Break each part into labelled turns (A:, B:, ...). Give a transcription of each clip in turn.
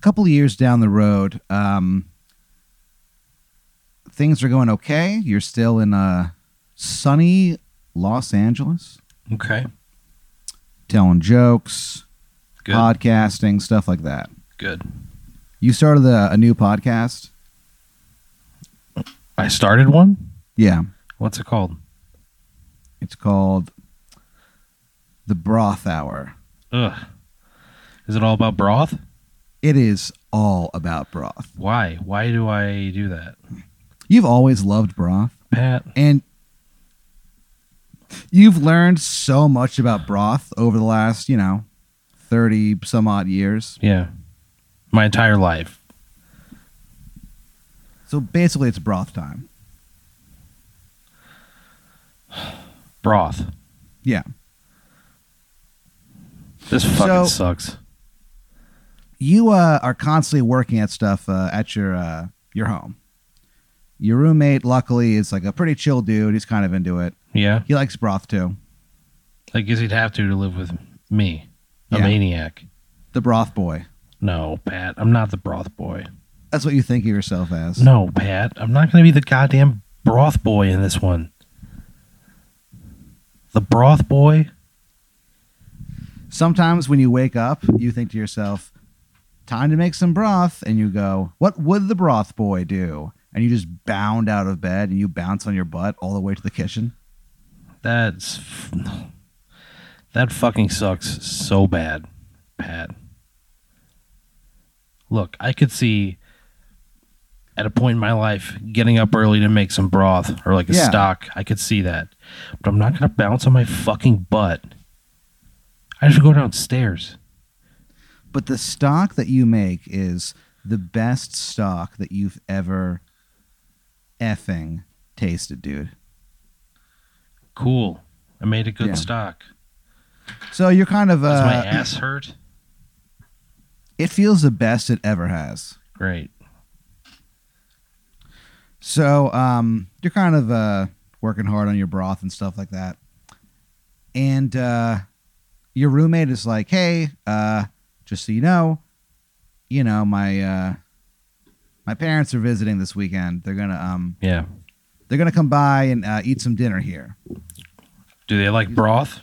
A: couple of years down the road, um, things are going okay. You're still in uh, sunny Los Angeles,
B: Okay.
A: telling jokes,
B: Good.
A: podcasting, stuff like that.
B: Good.
A: You started a, a new podcast.
B: I started one.
A: Yeah,
B: What's it called?
A: it's called the Broth Hour.
B: Ugh. Is it all about broth?
A: It is all about broth.
B: Why? Why do I do that?
A: You've always loved broth.
B: Pat,
A: and you've learned so much about broth over the last you know 30 some odd years
B: yeah. My entire life.
A: so basically it's broth time
B: Broth.
A: Yeah.
B: This fucking
A: So-
B: sucks.
A: you uh, are constantly working at stuff uh, at your uh, your home your roommate luckily is like a pretty chill dude he's kind of into it
B: Yeah.
A: he likes broth too
B: I guess he'd have to to live with me, a
A: Yeah.
B: maniac.
A: the broth boy
B: No, Pat. I'm not the broth boy.
A: that's what you think of yourself as
B: No, Pat. I'm not going to be the goddamn broth boy in this one. The broth boy?
A: sometimes when you wake up you think to yourself time to make some broth and you go what would the broth boy do and you just bound out of bed and you bounce on your butt all the way to the kitchen
B: That's f- that fucking sucks so bad, Pat. Look, I could see at a point in my life getting up early to make some broth or like a
A: Yeah.
B: stock. I could see that, but I'm not gonna bounce on my fucking butt. I should go downstairs.
A: but the stock that you make is the best stock that you've ever effing tasted dude
B: Cool. I made a good
A: Yeah.
B: stock.
A: so you're kind of
B: Does my
A: uh,
B: ass hurt?
A: it feels the best it ever has
B: Great.
A: So um, you're kind of uh, working hard on your broth and stuff like that. And uh, your roommate is like, hey, uh, just so you know, you know, my uh, my parents are visiting this weekend. They're gonna um,
B: Yeah.
A: they're gonna come by and uh, eat some dinner here.
B: Do they like broth?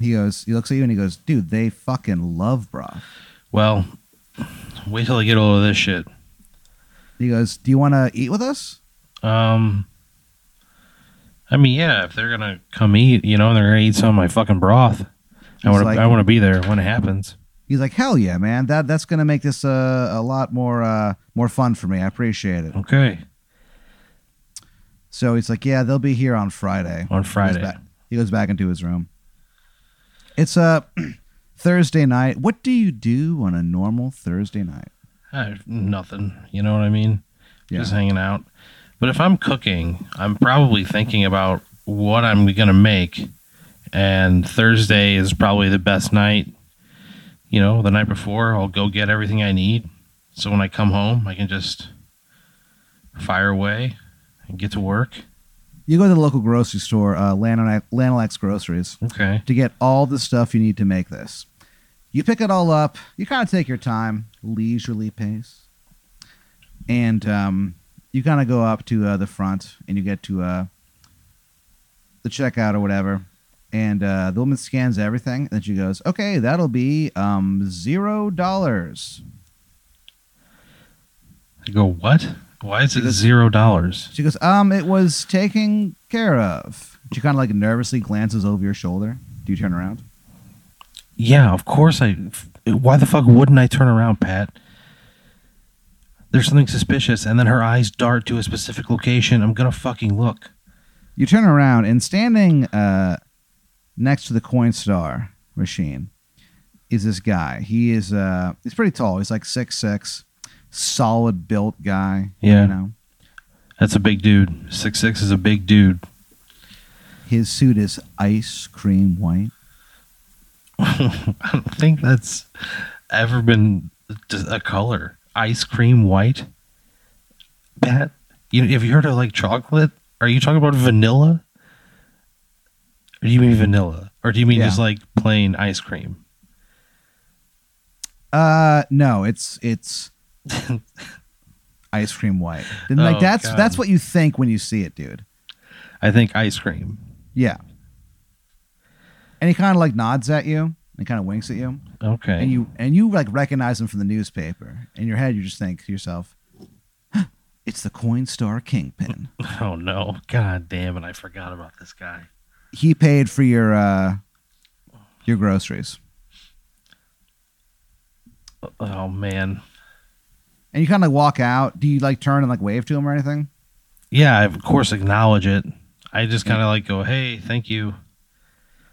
A: He goes, he looks at you and he goes, dude, they fucking love broth.
B: Well, wait till I get a little of this shit.
A: He goes, do you want to eat with us?
B: Um, I mean, yeah, if they're gonna come eat, you know, they're gonna eat some of my fucking broth. I
A: He's
B: want to,
A: like-
B: I want to be there when it happens.
A: He's like, hell yeah, man. That that's gonna make this uh, a lot more uh, more fun for me. I appreciate it.
B: Okay,
A: So he's like, "Yeah, they'll be here on Friday."
B: on
A: He
B: Friday.
A: goes back, he goes back into his room. It's a Thursday night. What do you do on a normal Thursday night?
B: Uh, nothing, you know what I mean?
A: Yeah.
B: Just hanging out. But if I'm cooking, I'm probably thinking about what I'm gonna make, and Thursday is probably the best night. You know, the night before, I'll go get everything I need, so when I come home, I can just fire away and get to work.
A: You go to the local grocery store, uh, Lanolac- Lanolax Groceries,
B: Okay.
A: to get all the stuff you need to make this. You pick it all up. You kind of take your time, leisurely pace, and um, you kind of go up to uh, the front and you get to uh, the checkout or whatever. And uh, the woman scans everything, and then she goes, "Okay, that'll be um, zero dollars."
B: I go, what? Why is it
A: Because-
B: zero dollars?
A: She goes, "Um, it was taken care of." She kind of like nervously glances over your shoulder. Do you turn around?
B: Yeah, of course I. f- Why the fuck wouldn't I turn around, Pat? There's something suspicious, and then her eyes dart to a specific location. I'm gonna fucking look.
A: You turn around and standing uh, next to the Coinstar machine is this guy. He is uh, he's pretty tall. He's like six six, solid built guy.
B: Yeah.
A: you know
B: That's a big dude. Six six is a big dude.
A: his suit is ice cream white.
B: I don't think that's ever been d- a color. Ice cream white. Pat, you have you heard of like chocolate? Are you talking about vanilla? Or do you mean vanilla? Or do you mean
A: Yeah.
B: just like plain ice cream?
A: Uh, no, it's it's ice cream white. And like
B: Oh,
A: that's
B: God.
A: that's what you think when you see it, dude.
B: I think ice cream.
A: Yeah. And he kind of like nods at you and kind of winks at you,
B: Okay.
A: and you and you like recognize him from the newspaper. In your head, you just think to yourself, "It's the Coinstar Kingpin.
B: oh no! God damn it! I forgot about this guy.
A: he paid for your uh your groceries."
B: Oh man.
A: And you kind of like walk out. Do you like turn and like wave to him or anything?
B: Yeah, I of course acknowledge it. I just kind of like go, hey, thank you.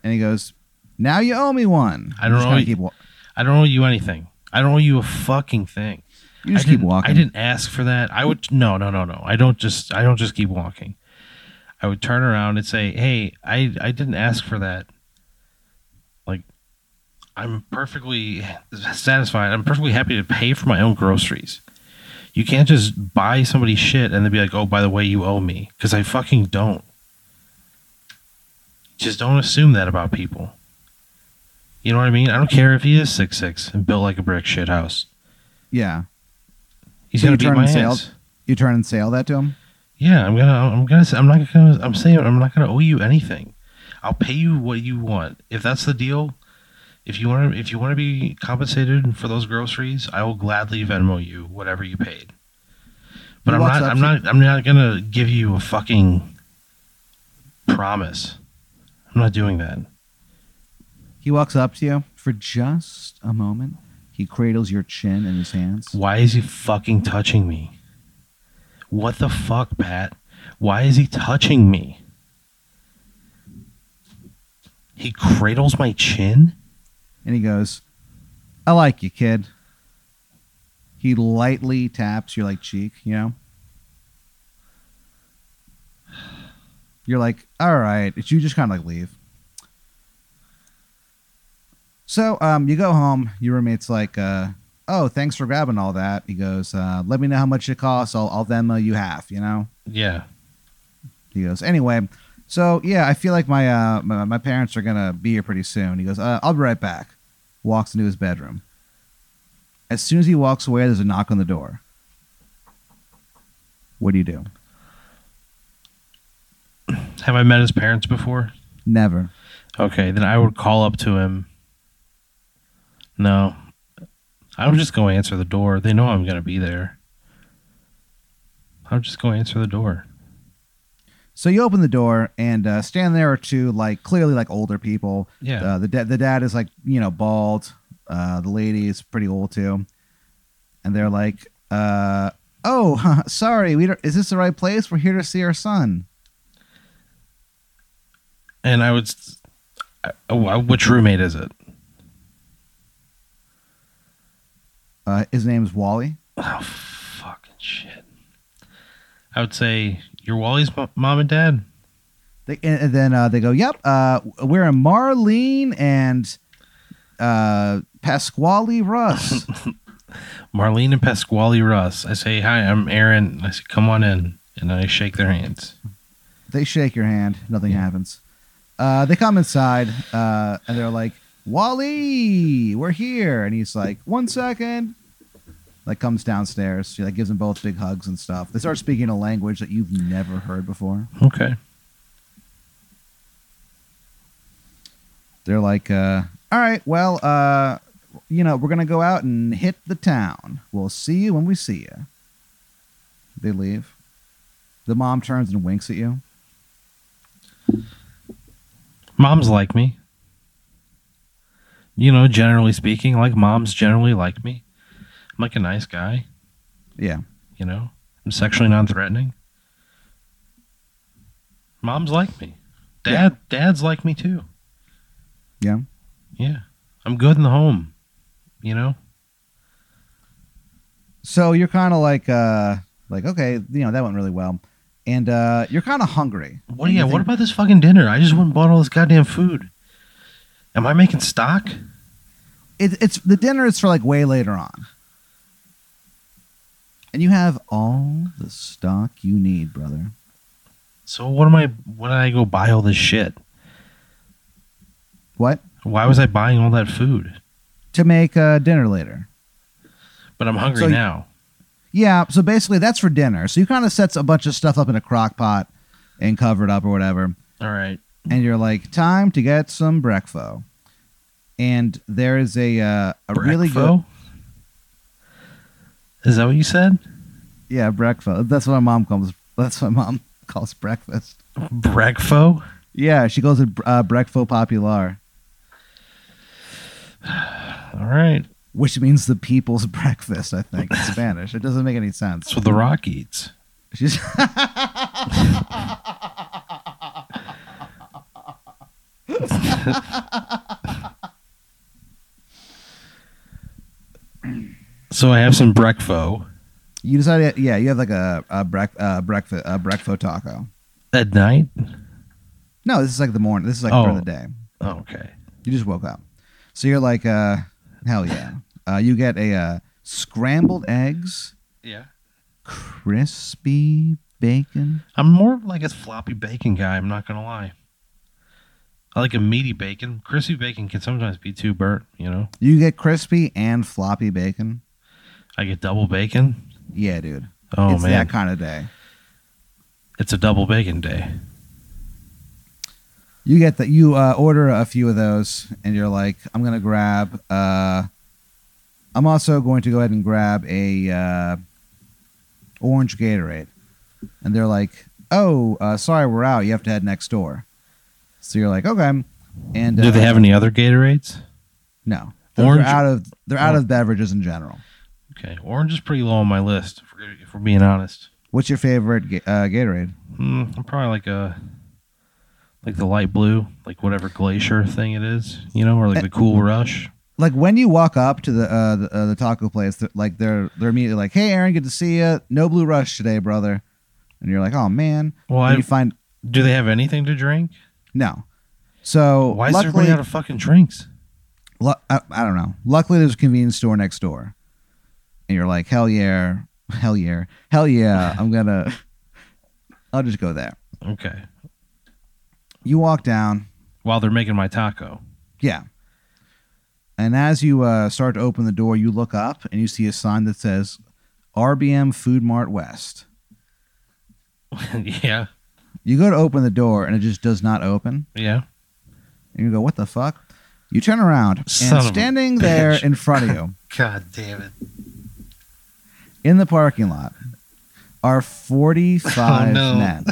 A: And he goes, "Now you owe me one."
B: I don't
A: You just
B: know.
A: kinda Keep, wa-
B: I don't owe you anything. I don't owe you a fucking thing.
A: you just
B: I
A: keep
B: didn't-
A: walking.
B: I didn't ask for that. I would no, no, no, no. I don't just I don't just keep walking. I would turn around and say, "Hey, I I didn't ask for that." Like I'm perfectly satisfied. I'm perfectly happy to pay for my own groceries. You can't just buy somebody shit and then be like, "Oh, by the way, you owe me," cuz I fucking don't. Just don't assume that about people. You know what I mean? I don't care if he is six six and built like a brick shit house.
A: Yeah.
B: He's
A: So
B: gonna
A: you
B: beat
A: turn
B: my
A: and
B: ass.
A: sailed? You turn and sail that to him.
B: Yeah, I'm gonna, I'm gonna, I'm not gonna, I'm saying I'm not gonna owe you anything. I'll pay you what you want. If that's the deal, if you want to, if you want to be compensated for those groceries, I will gladly Venmo you whatever you paid. But
A: He
B: I'm
A: walks
B: not,
A: up
B: I'm
A: to-
B: not, I'm not gonna give you a fucking promise. I'm not doing that.
A: He walks up to you for just a moment. He cradles your chin in his hands.
B: Why is he fucking touching me? What the fuck, Pat? Why is he touching me? He cradles my chin?
A: And he goes, I like you, kid. He lightly taps your like cheek, you know? You're like, all right. You just kind of like leave. So um, you go home. Your roommate's like, uh, oh, thanks for grabbing all that. He goes, uh, let me know how much it costs. I'll, I'll Venmo you half, you know?
B: Yeah.
A: He goes, anyway, so yeah, I feel like my uh, my, my parents are gonna be here pretty soon. He goes, uh, I'll be right back. Walks into his bedroom. As soon as he walks away, there's a knock on the door. What do you do?
B: Have I met his parents before?
A: Never.
B: Okay, then I would call up to him. No. I'm just going to answer the door. They know I'm going to be there. I'm just going to answer the door.
A: So you open the door and uh, stand there are two like clearly like older people.
B: Yeah.
A: Uh, the da- the dad is like you know bald. Uh, the lady is pretty old too, and they're like, uh, "Oh, sorry, we don't, is this the right place? We're here to see our son."
B: and I would. s- I- oh, I- which roommate is it?
A: Uh, his name's Wally.
B: Oh, fucking shit. I would say you're Wally's mo- mom and dad.
A: They, and, and then uh, they go, "Yep, uh, we're in Marlene and uh, Pasquale Russ."
B: Marlene and Pasquale Russ. I say, hi, I'm Aaron. I say, come on in. And I shake their hands.
A: they shake your hand. Nothing happens. Uh, they come inside uh, and they're like, "Wally, we're here." And he's like, "One second. Like comes downstairs. She like gives them both big hugs and stuff. They start speaking a language that you've never heard before.
B: Okay.
A: They're like, uh, "All right, well, uh, you know, we're gonna go out and hit the town. We'll see you when we see you." They leave. The mom turns and winks at you.
B: Moms like me. You know, generally speaking, like moms generally like me. I'm like a nice guy,
A: Yeah,
B: you know? I'm sexually non threatening. Moms like me. Dad, dads like me too.
A: yeah.
B: Yeah. I'm good in the home, you know?
A: so you're kind of like uh like okay you know that went really well and uh you're kind of hungry
B: What?
A: And you
B: Yeah. What
A: think-
B: about this fucking dinner? I just went and bought all this goddamn food. Am I making stock?
A: it, it's the dinner is for like way later on and you have all the stock you need brother
B: So what am I? What did I go buy all this shit?
A: what
B: Why was I buying all that food?
A: to make uh dinner later
B: but I'm hungry
A: So you-
B: now.
A: Yeah, so basically that's for dinner. So you kind of sets a bunch of stuff up in a crock pot and cover it up or whatever.
B: All right.
A: And you're like, time to get some breakfast. And there is a uh, a really good
B: Breakfo? Is that what you said?
A: yeah breakfast. That's what my mom calls that's what my mom calls breakfast.
B: Breakfo?
A: Yeah, she calls it uh, breakfast popular,
B: All right.
A: which means the people's breakfast. I think in Spanish. It doesn't make any sense.
B: That's what The Rock eats.
A: She's
B: So I have some breakfo
A: you decided yeah you have like a a, brec- uh breakfast a breakfast taco.
B: at night.
A: No, this is like the morning. This is like during
B: Oh.
A: the day.
B: Oh, okay.
A: You just woke up. So you're like, uh, hell yeah. Uh, you get a uh, scrambled eggs,
B: Yeah.
A: crispy bacon.
B: I'm more of like a floppy bacon guy. I'm not gonna lie. I like a meaty bacon. Crispy bacon can sometimes be too burnt. You know,
A: You get crispy and floppy bacon.
B: I get double bacon.
A: Yeah, dude.
B: Oh
A: it's
B: man,
A: that kind of day.
B: it's a double bacon day.
A: You get that. You uh, order a few of those, and you're like, I'm gonna grab. Uh, I'm also going to go ahead and grab a uh, orange Gatorade, and they're like, Oh, uh, sorry, we're out. You have to head next door. So you're like, Okay. And
B: Do
A: uh,
B: they have any other Gatorades?
A: No, they're,
B: Orange-
A: they're out of they're out of beverages in general.
B: Okay, orange is pretty low on my list. If we're, if we're being honest,
A: What's your favorite Ga- uh, Gatorade?
B: Hmm, I'm probably like a like the light blue, like whatever glacier thing it is. You know, or
A: Eh.
B: like the Cool Rush.
A: Like when you walk up to the uh, the, uh, the taco place, th- like they're they're immediately like, "Hey, Aaron, good to see you. No blue rush today, brother." And you're like, "Oh man."
B: Well,
A: And
B: I,
A: you find
B: do they have anything to drink?
A: no. So
B: Why is
A: luckily,
B: everybody out of fucking drinks?
A: lu- I, I don't know. Luckily, there's a convenience store next door, and you're like, "Hell yeah, hell yeah, hell yeah!" I'm gonna, I'll just go there.
B: Okay,
A: You walk down,
B: while they're making my taco.
A: Yeah. And as you uh, start to open the door, you look up and you see a sign that says RBM Food Mart West.
B: yeah,
A: You go to open the door and it just does not open.
B: yeah.
A: And you go, what the fuck? You turn around
B: Son
A: and
B: of a
A: standing there
B: bitch.
A: in front of you
B: God damn it!
A: in the parking lot are 45
B: Oh, no.
A: men.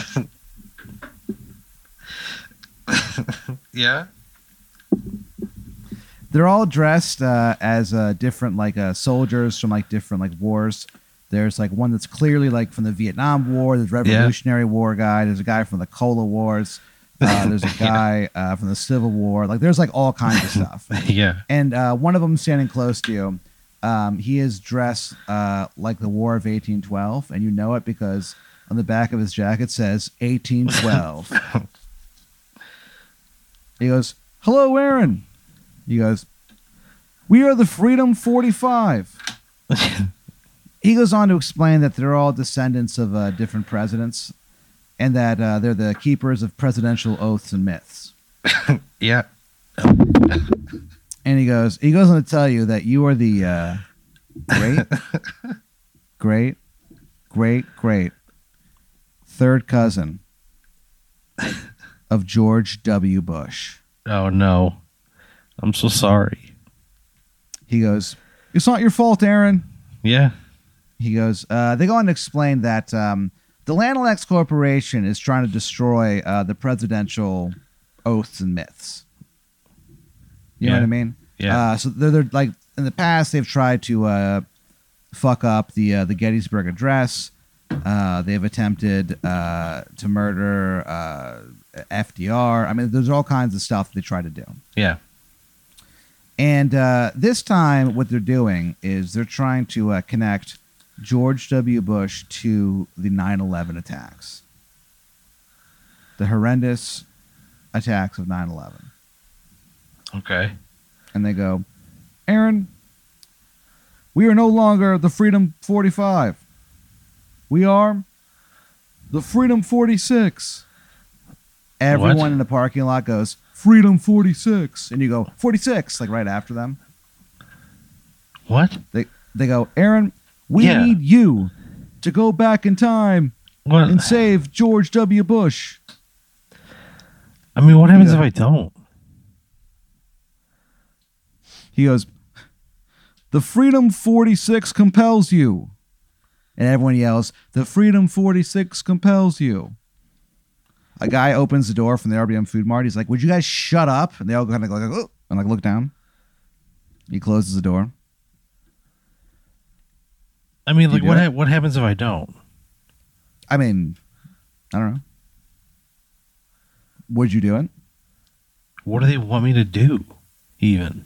B: Yeah.
A: They're all dressed uh, as uh, different like uh, soldiers from like different like wars. There's like one that's clearly like from the Vietnam War. There's Revolutionary War guy. There's a guy from the Cola Wars. Uh, there's a guy uh, from the Civil War. Like there's like all kinds of stuff.
B: yeah.
A: And uh, one of them standing close to you, um, he is dressed uh, like the War of 1812, and you know it because on the back of his jacket says 1812. he goes, "Hello, Aaron." He goes, "We are the Freedom 45." he goes on to explain that they're all descendants of uh, different presidents, and that uh, they're the keepers of presidential oaths and myths.
B: Yeah.
A: and he goes he goes on to tell you that you are the uh, great great great great third cousin of george w bush
B: Oh no. I'm so sorry.
A: he goes it's not your fault aaron
B: Yeah.
A: he goes uh, they go on to explain that um, the lanalax corporation is trying to destroy uh, the presidential oaths and myths you know
B: Yeah.
A: what i mean
B: Yeah.
A: Uh, so they're, they're like in the past they've tried to uh, fuck up the uh, the Gettysburg Address. Uh, they've attempted uh, to murder uh, FDR. I mean, there's all kinds of stuff they try to do.
B: yeah.
A: And uh, this time, what they're doing is they're trying to uh, connect George W. Bush to the 9 11 attacks, the horrendous attacks of 9 11.
B: Okay.
A: and they go, Aaron, we are no longer the Freedom 45. We are the Freedom 46. Everyone
B: What?
A: in the parking lot goes, Freedom 46. And you go, 46, like right after them.
B: What?
A: They go, Aaron, we
B: Yeah.
A: need you to go back in time
B: What?
A: and save George W. Bush.
B: I mean, what happens
A: Yeah.
B: if I don't?
A: He goes, The Freedom 46 compels you. And everyone yells, The Freedom 46 compels you. A guy opens the door from the RBM Food Mart. He's like, Would you guys shut up? And they all kind of go, like, "Oh," and like look down. He closes the door.
B: I mean,
A: You
B: like,
A: do
B: what
A: it?
B: ha- what happens if I don't?
A: I mean, I don't know. Would you do it?
B: What do they want me to do? Even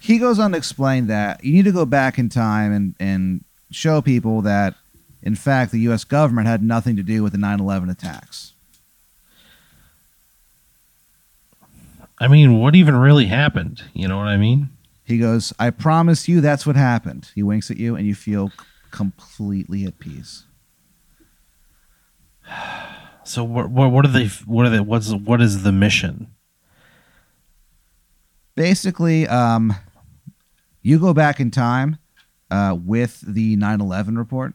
A: he goes on to explain that you need to go back in time and, and show people that, in fact, the U.S. government had nothing to do with the 9 11 attacks.
B: I mean, what even really happened? You know what I mean?
A: He goes, I promise you that's what happened. He winks at you, and you feel c- completely at peace.
B: So what what what are they what are they what's what is the mission?
A: Basically, um, you go back in time uh, with the 9 11 report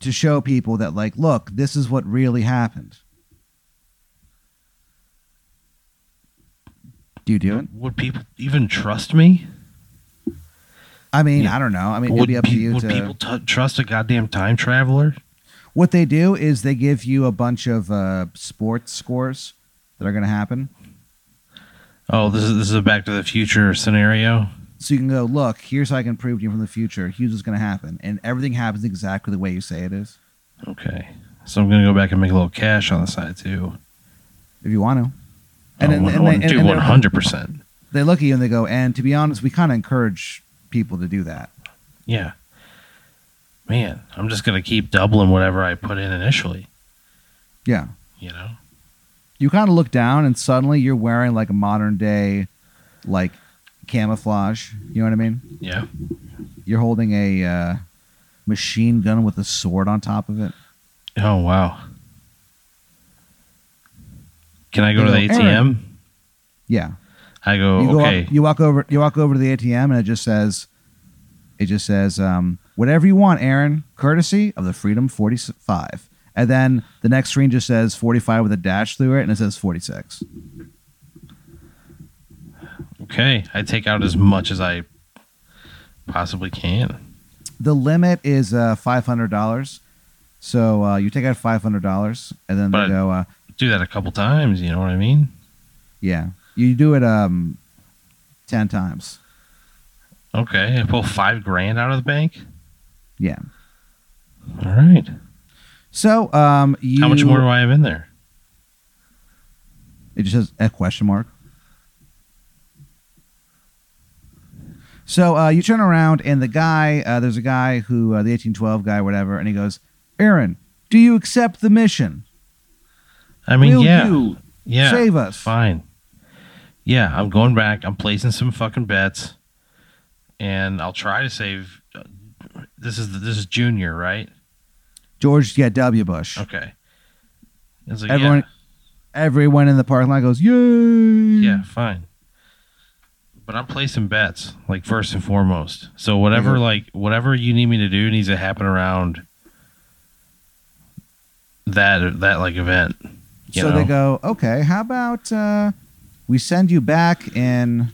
A: to show people that, like, look, this is what really happened. Do you do it?
B: Would people even trust me?
A: I mean,
B: Yeah.
A: I don't know. I mean, it'd
B: would
A: be up to
B: pe-
A: you
B: would
A: to.
B: people t- trust a goddamn time traveler?
A: What they do is they give you a bunch of uh, sports scores that are going to happen.
B: Oh, this is this is a Back to the Future scenario.
A: So you can go, look, here's how I can prove to you from the future. Here's what's going to happen. And everything happens exactly the way you say it is,
B: Okay, so I'm gonna go back and make a little cash on the side too.
A: if you want to.
B: And
A: And
B: I
A: then-
B: want
A: and they-
B: to do
A: and they're-
B: 100. percent
A: They look at you and they go, and to be honest, we kind of encourage people to do that.
B: Yeah, man, I'm just gonna keep doubling whatever I put in initially.
A: Yeah.
B: You know,
A: You kind of look down and suddenly you're wearing like a modern day, like camouflage. You know what I mean?
B: yeah.
A: You're holding a uh, machine gun with a sword on top of it.
B: Oh wow. Can I go to
A: They
B: the
A: go,
B: ATM?
A: Yeah.
B: I go
A: you go
B: Oh, okay.
A: up, you walk over you walk over to the ATM and it just says it just says um, whatever you want Aaron courtesy of the Freedom 45 and then the next screen just says 45 with a dash through it and it says 46
B: Okay, I take out as much as I possibly can.
A: the limit is uh, $500 so uh, you take out $500 and then
B: But-
A: they go uh,
B: Do that a couple times. You know what I mean?
A: yeah you do it um, 10 times
B: Okay, I pull five grand out of the bank.
A: Yeah.
B: All right.
A: so um, you
B: How much more do I have in there?
A: It just says a question mark. So uh, you turn around, and the guy, uh, there's a guy who, uh, the 1812 guy, whatever, and he goes, Aaron, do you accept the mission?
B: I mean,
A: Will
B: yeah,
A: you
B: yeah,
A: save us?
B: fine. Yeah, I'm going back. I'm placing some fucking bets, and I'll try to save. uh, This is this is Junior, right?
A: George, yeah, W. Bush.
B: Okay. It's like,
A: Everyone, everyone in the parking lot goes, yay!
B: yeah,
A: Yeah.
B: yeah, fine. But I'm placing bets, like first and foremost. So whatever,
A: Mhm.
B: like whatever you need me to do needs to happen around that that like event. You
A: So
B: know?
A: they go, okay, how about uh, we send you back in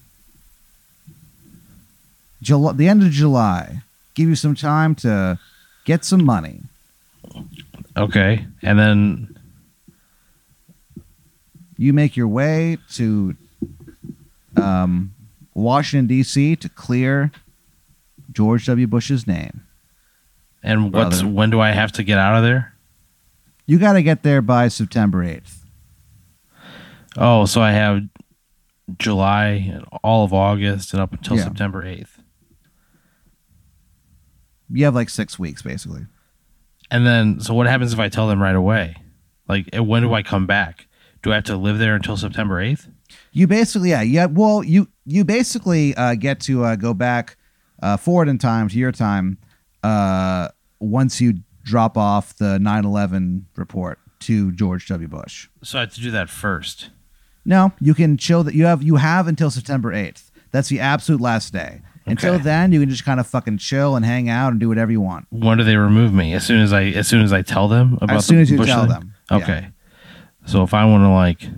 A: July, the end of July, give you some time to get some money.
B: Okay, and then
A: you make your way to um, Washington D.C. to clear George W. Bush's name.
B: and what's
A: Brother.
B: when do I have to get out of there?
A: You got to get there by September eighth.
B: Oh, so I have July and all of August and up until
A: Yeah.
B: September eighth,
A: You have like six weeks, basically.
B: and then so what happens if I tell them right away? Like, and when do I come back? Do I have to live there until September eighth?
A: You basically, yeah, yeah. Well, you you basically uh, get to uh, go back uh, forward in time to your time uh, once you drop off the 9/11 report to George W. Bush.
B: So I have to do that first.
A: No, you can chill that you have you have until September 8th. That's the absolute last day. Until
B: Okay.
A: then, you can just kind of fucking chill and hang out and do whatever you want.
B: When do they remove me? As soon as I as soon as I tell them about
A: as soon
B: the
A: as you
B: bush
A: tell
B: thing?
A: them. Yeah.
B: Okay. So if I want to like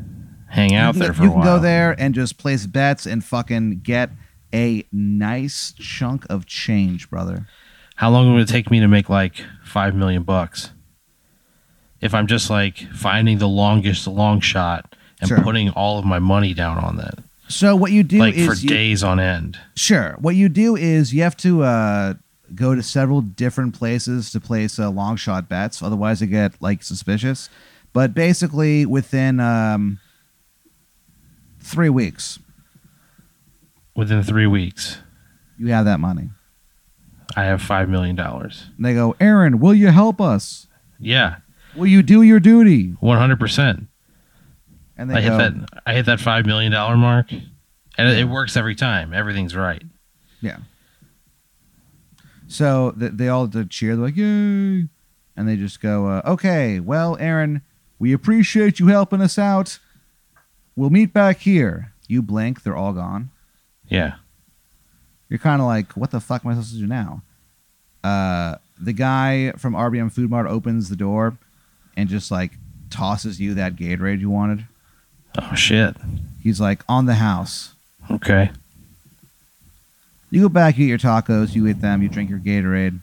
B: hang out
A: you can,
B: there
A: go-
B: for
A: you
B: a
A: can
B: while,
A: go there and just place bets and fucking get a nice chunk of change, brother.
B: how long would it take me to make like five million bucks? If I'm just like finding the longest long shot and
A: Sure.
B: putting all of my money down on that,
A: So what you do
B: like
A: is
B: for
A: you,
B: days on end.
A: Sure. What you do is you have to uh, go to several different places to place uh, long shot bets. Otherwise, they get like suspicious. But basically, within um, three weeks,
B: Within three weeks,
A: you have that money.
B: I have five million dollars.
A: And they go, Aaron, will you help us?
B: Yeah,
A: Will you do your duty?
B: one hundred percent.
A: And
B: I
A: they
B: hit
A: go,
B: that. I hit that five million dollar mark, and it, it works every time. Everything's right.
A: So th- they all did cheer. They're like, yay. And they just go, uh, okay, well, Aaron, we appreciate you helping us out. We'll meet back here. You blink, they're all gone.
B: Yeah.
A: you're kind of like, what the fuck am I supposed to do now? Uh, the guy from RBM Food Mart opens the door and just like tosses you that Gatorade you wanted.
B: Oh shit.
A: He's like, on the house.
B: Okay.
A: You go back, you eat your tacos, you eat them, you drink your Gatorade.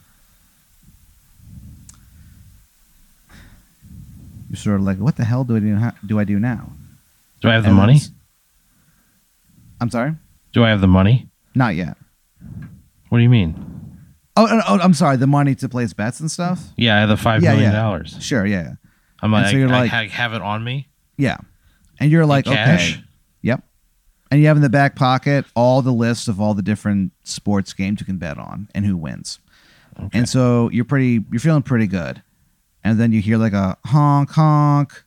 A: You're sort of like, what the hell do I do, how, do, I do now?
B: Do I have the
A: And
B: money?
A: it's- I'm sorry?
B: Do I have the money?
A: Not yet.
B: What do you mean?
A: Oh, oh, oh, I'm sorry. The money to place bets and stuff?
B: Yeah, I have the five
A: Yeah,
B: million
A: yeah.
B: dollars.
A: Sure, yeah. yeah. And
B: I'm like,
A: so you're
B: I,
A: like-
B: ha- have it on me.
A: Yeah. And you're like,
B: in cash.
A: okay. And you have in the back pocket all the lists of all the different sports games you can bet on and who wins.
B: Okay.
A: And so you're pretty, you're feeling pretty good. And then you hear like a honk, honk.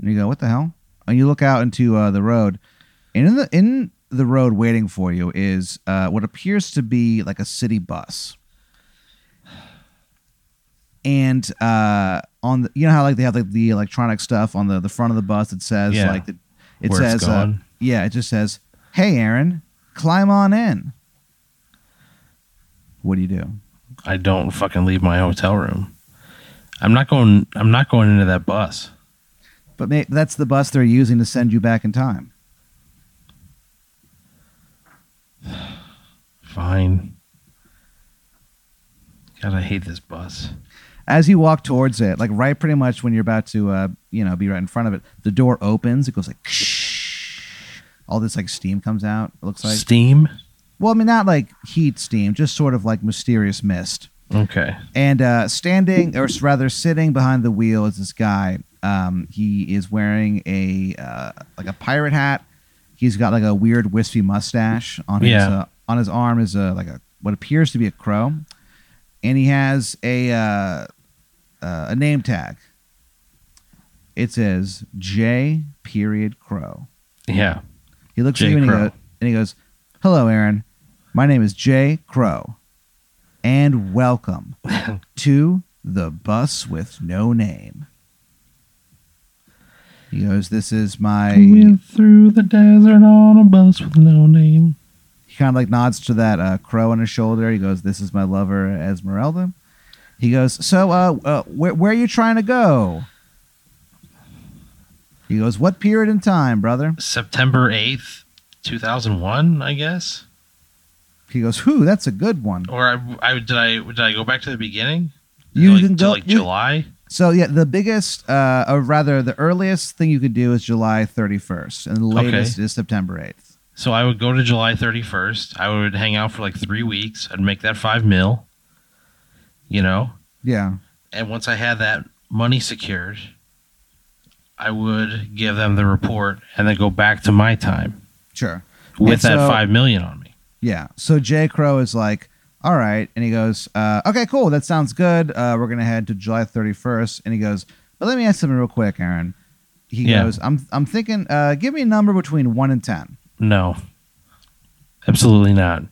A: And you go, what the hell? And you look out into uh, the road. And in the, in the road waiting for you is uh, what appears to be like a city bus. And uh, on the, you know how like they have like the electronic stuff on the, the front of the bus that says
B: Yeah.
A: like the, it
B: Where it's
A: says uh,
B: going.
A: yeah it just says hey Aaron climb on in. What do you do?
B: I don't fucking leave my hotel room. I'm not going. I'm not going into that bus.
A: But may, that's the bus they're using to send you back in time.
B: Fine. God, I hate this bus.
A: As you walk towards it, like right pretty much when you're about to, uh, you know, be right in front of it, the door opens. It goes like, all this like steam comes out. It looks like.
B: Steam.
A: Well, I mean, not like heat steam, just sort of like mysterious mist.
B: Okay.
A: And uh, standing, or s- rather sitting behind the wheel, is this guy. Um, he is wearing a uh, like a pirate hat. He's got like a weird wispy mustache on
B: Yeah.
A: his uh, on his arm is a like a what appears to be a crow, and he has a uh, uh, a name tag. It says J. Period Crow.
B: Yeah.
A: He looks
B: J.
A: at you and he,
B: Crow.
A: goes, and he goes, Hello, Aaron. My name is Jay Crow. And welcome to the bus with no name. He goes, This is my.
B: Went through the desert on a bus with no name.
A: He kind of like nods to that uh, crow on his shoulder. He goes, This is my lover, Esmeralda. He goes, So, uh, uh, where, where are you trying to go? He goes, What period in time, brother?
B: September 8th, 2001, I guess.
A: He goes, Who? That's a good one.
B: Or I, I did I did I go back to the beginning?
A: You
B: like,
A: can
B: to
A: go-
B: like
A: you-
B: July.
A: So yeah, the biggest, uh, or rather, the earliest thing you could do is July 31st, and the
B: Okay.
A: latest is September 8th.
B: So I would go to July 31st. I would hang out for like 3 weeks. I'd make that 5 mil. You know,
A: Yeah,
B: and once I had that money secured, I would give them the report and then go back to my time
A: sure.
B: with
A: And
B: that
A: so-
B: 5 million on me.
A: Yeah. So Jay Crow is like, all right, and he goes, uh, okay, cool, that sounds good. Uh, we're gonna head to July 31st, and he goes, but let me ask something real quick, Aaron. He
B: Yeah.
A: goes, I'm I'm thinking, uh, give me a number between one and ten.
B: No. Absolutely not.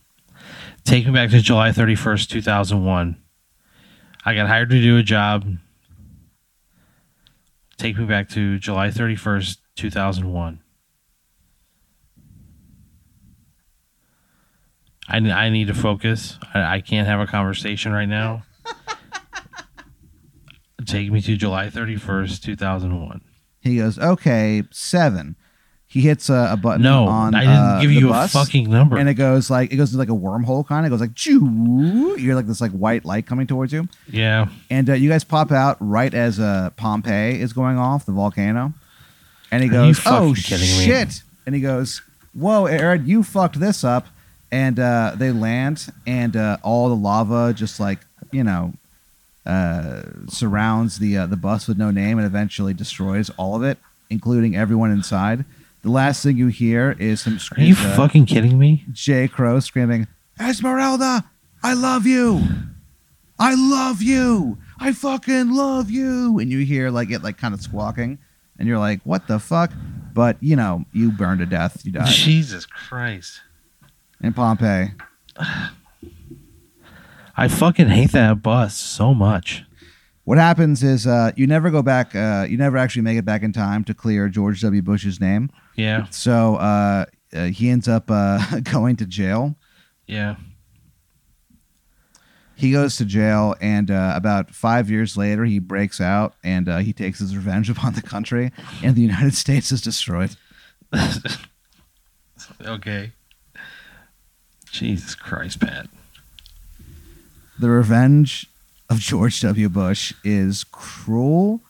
B: Take me back to July 31st, 2001. I got hired to do a job. Take me back to July 31st, 2001. I, I need to focus. I, I can't have a conversation right now. Take me to July 31st, 2001.
A: He goes, okay, seven. He hits a, a button.
B: No,
A: on,
B: I didn't
A: uh,
B: give
A: the
B: you
A: bus,
B: a fucking number.
A: And it goes like it goes to like a wormhole kind. It goes like, Choo! you're like this like white light coming towards you,
B: yeah.
A: and uh, you guys pop out right as uh, Pompeii is going off the volcano, and he
B: Are you
A: goes, oh
B: fucking kidding me?"
A: shit, and he goes, whoa, Aaron, you fucked this up, and uh, they land, and uh, all the lava just like you know uh, surrounds the uh, the bus with no name and eventually destroys all of it, including everyone inside. The last thing you hear is uh, him
B: Are
A: screaming.
B: you fucking kidding me?
A: J. Crow screaming, Esmeralda, I love you. I love you. I fucking love you. And you hear like it like kind of squawking and you're like, what the fuck? But you know, you burn to death. You die.
B: Jesus Christ.
A: In Pompeii.
B: I fucking hate that bus so much.
A: What happens is uh, you never go back, uh, you never actually make it back in time to clear George W. Bush's name.
B: Yeah.
A: So uh, uh, he ends up uh, going to jail.
B: Yeah.
A: he goes to jail and uh, about five years later he breaks out and uh, he takes his revenge upon the country and the united states is destroyed
B: okay. Jesus Christ, Pat.
A: the revenge of george w bush is cruel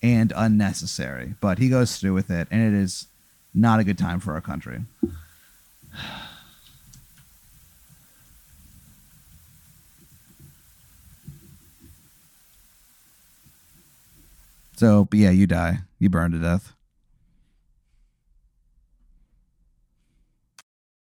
A: and unnecessary but he goes through with it and it is not a good time for our country so but yeah you die you burn to death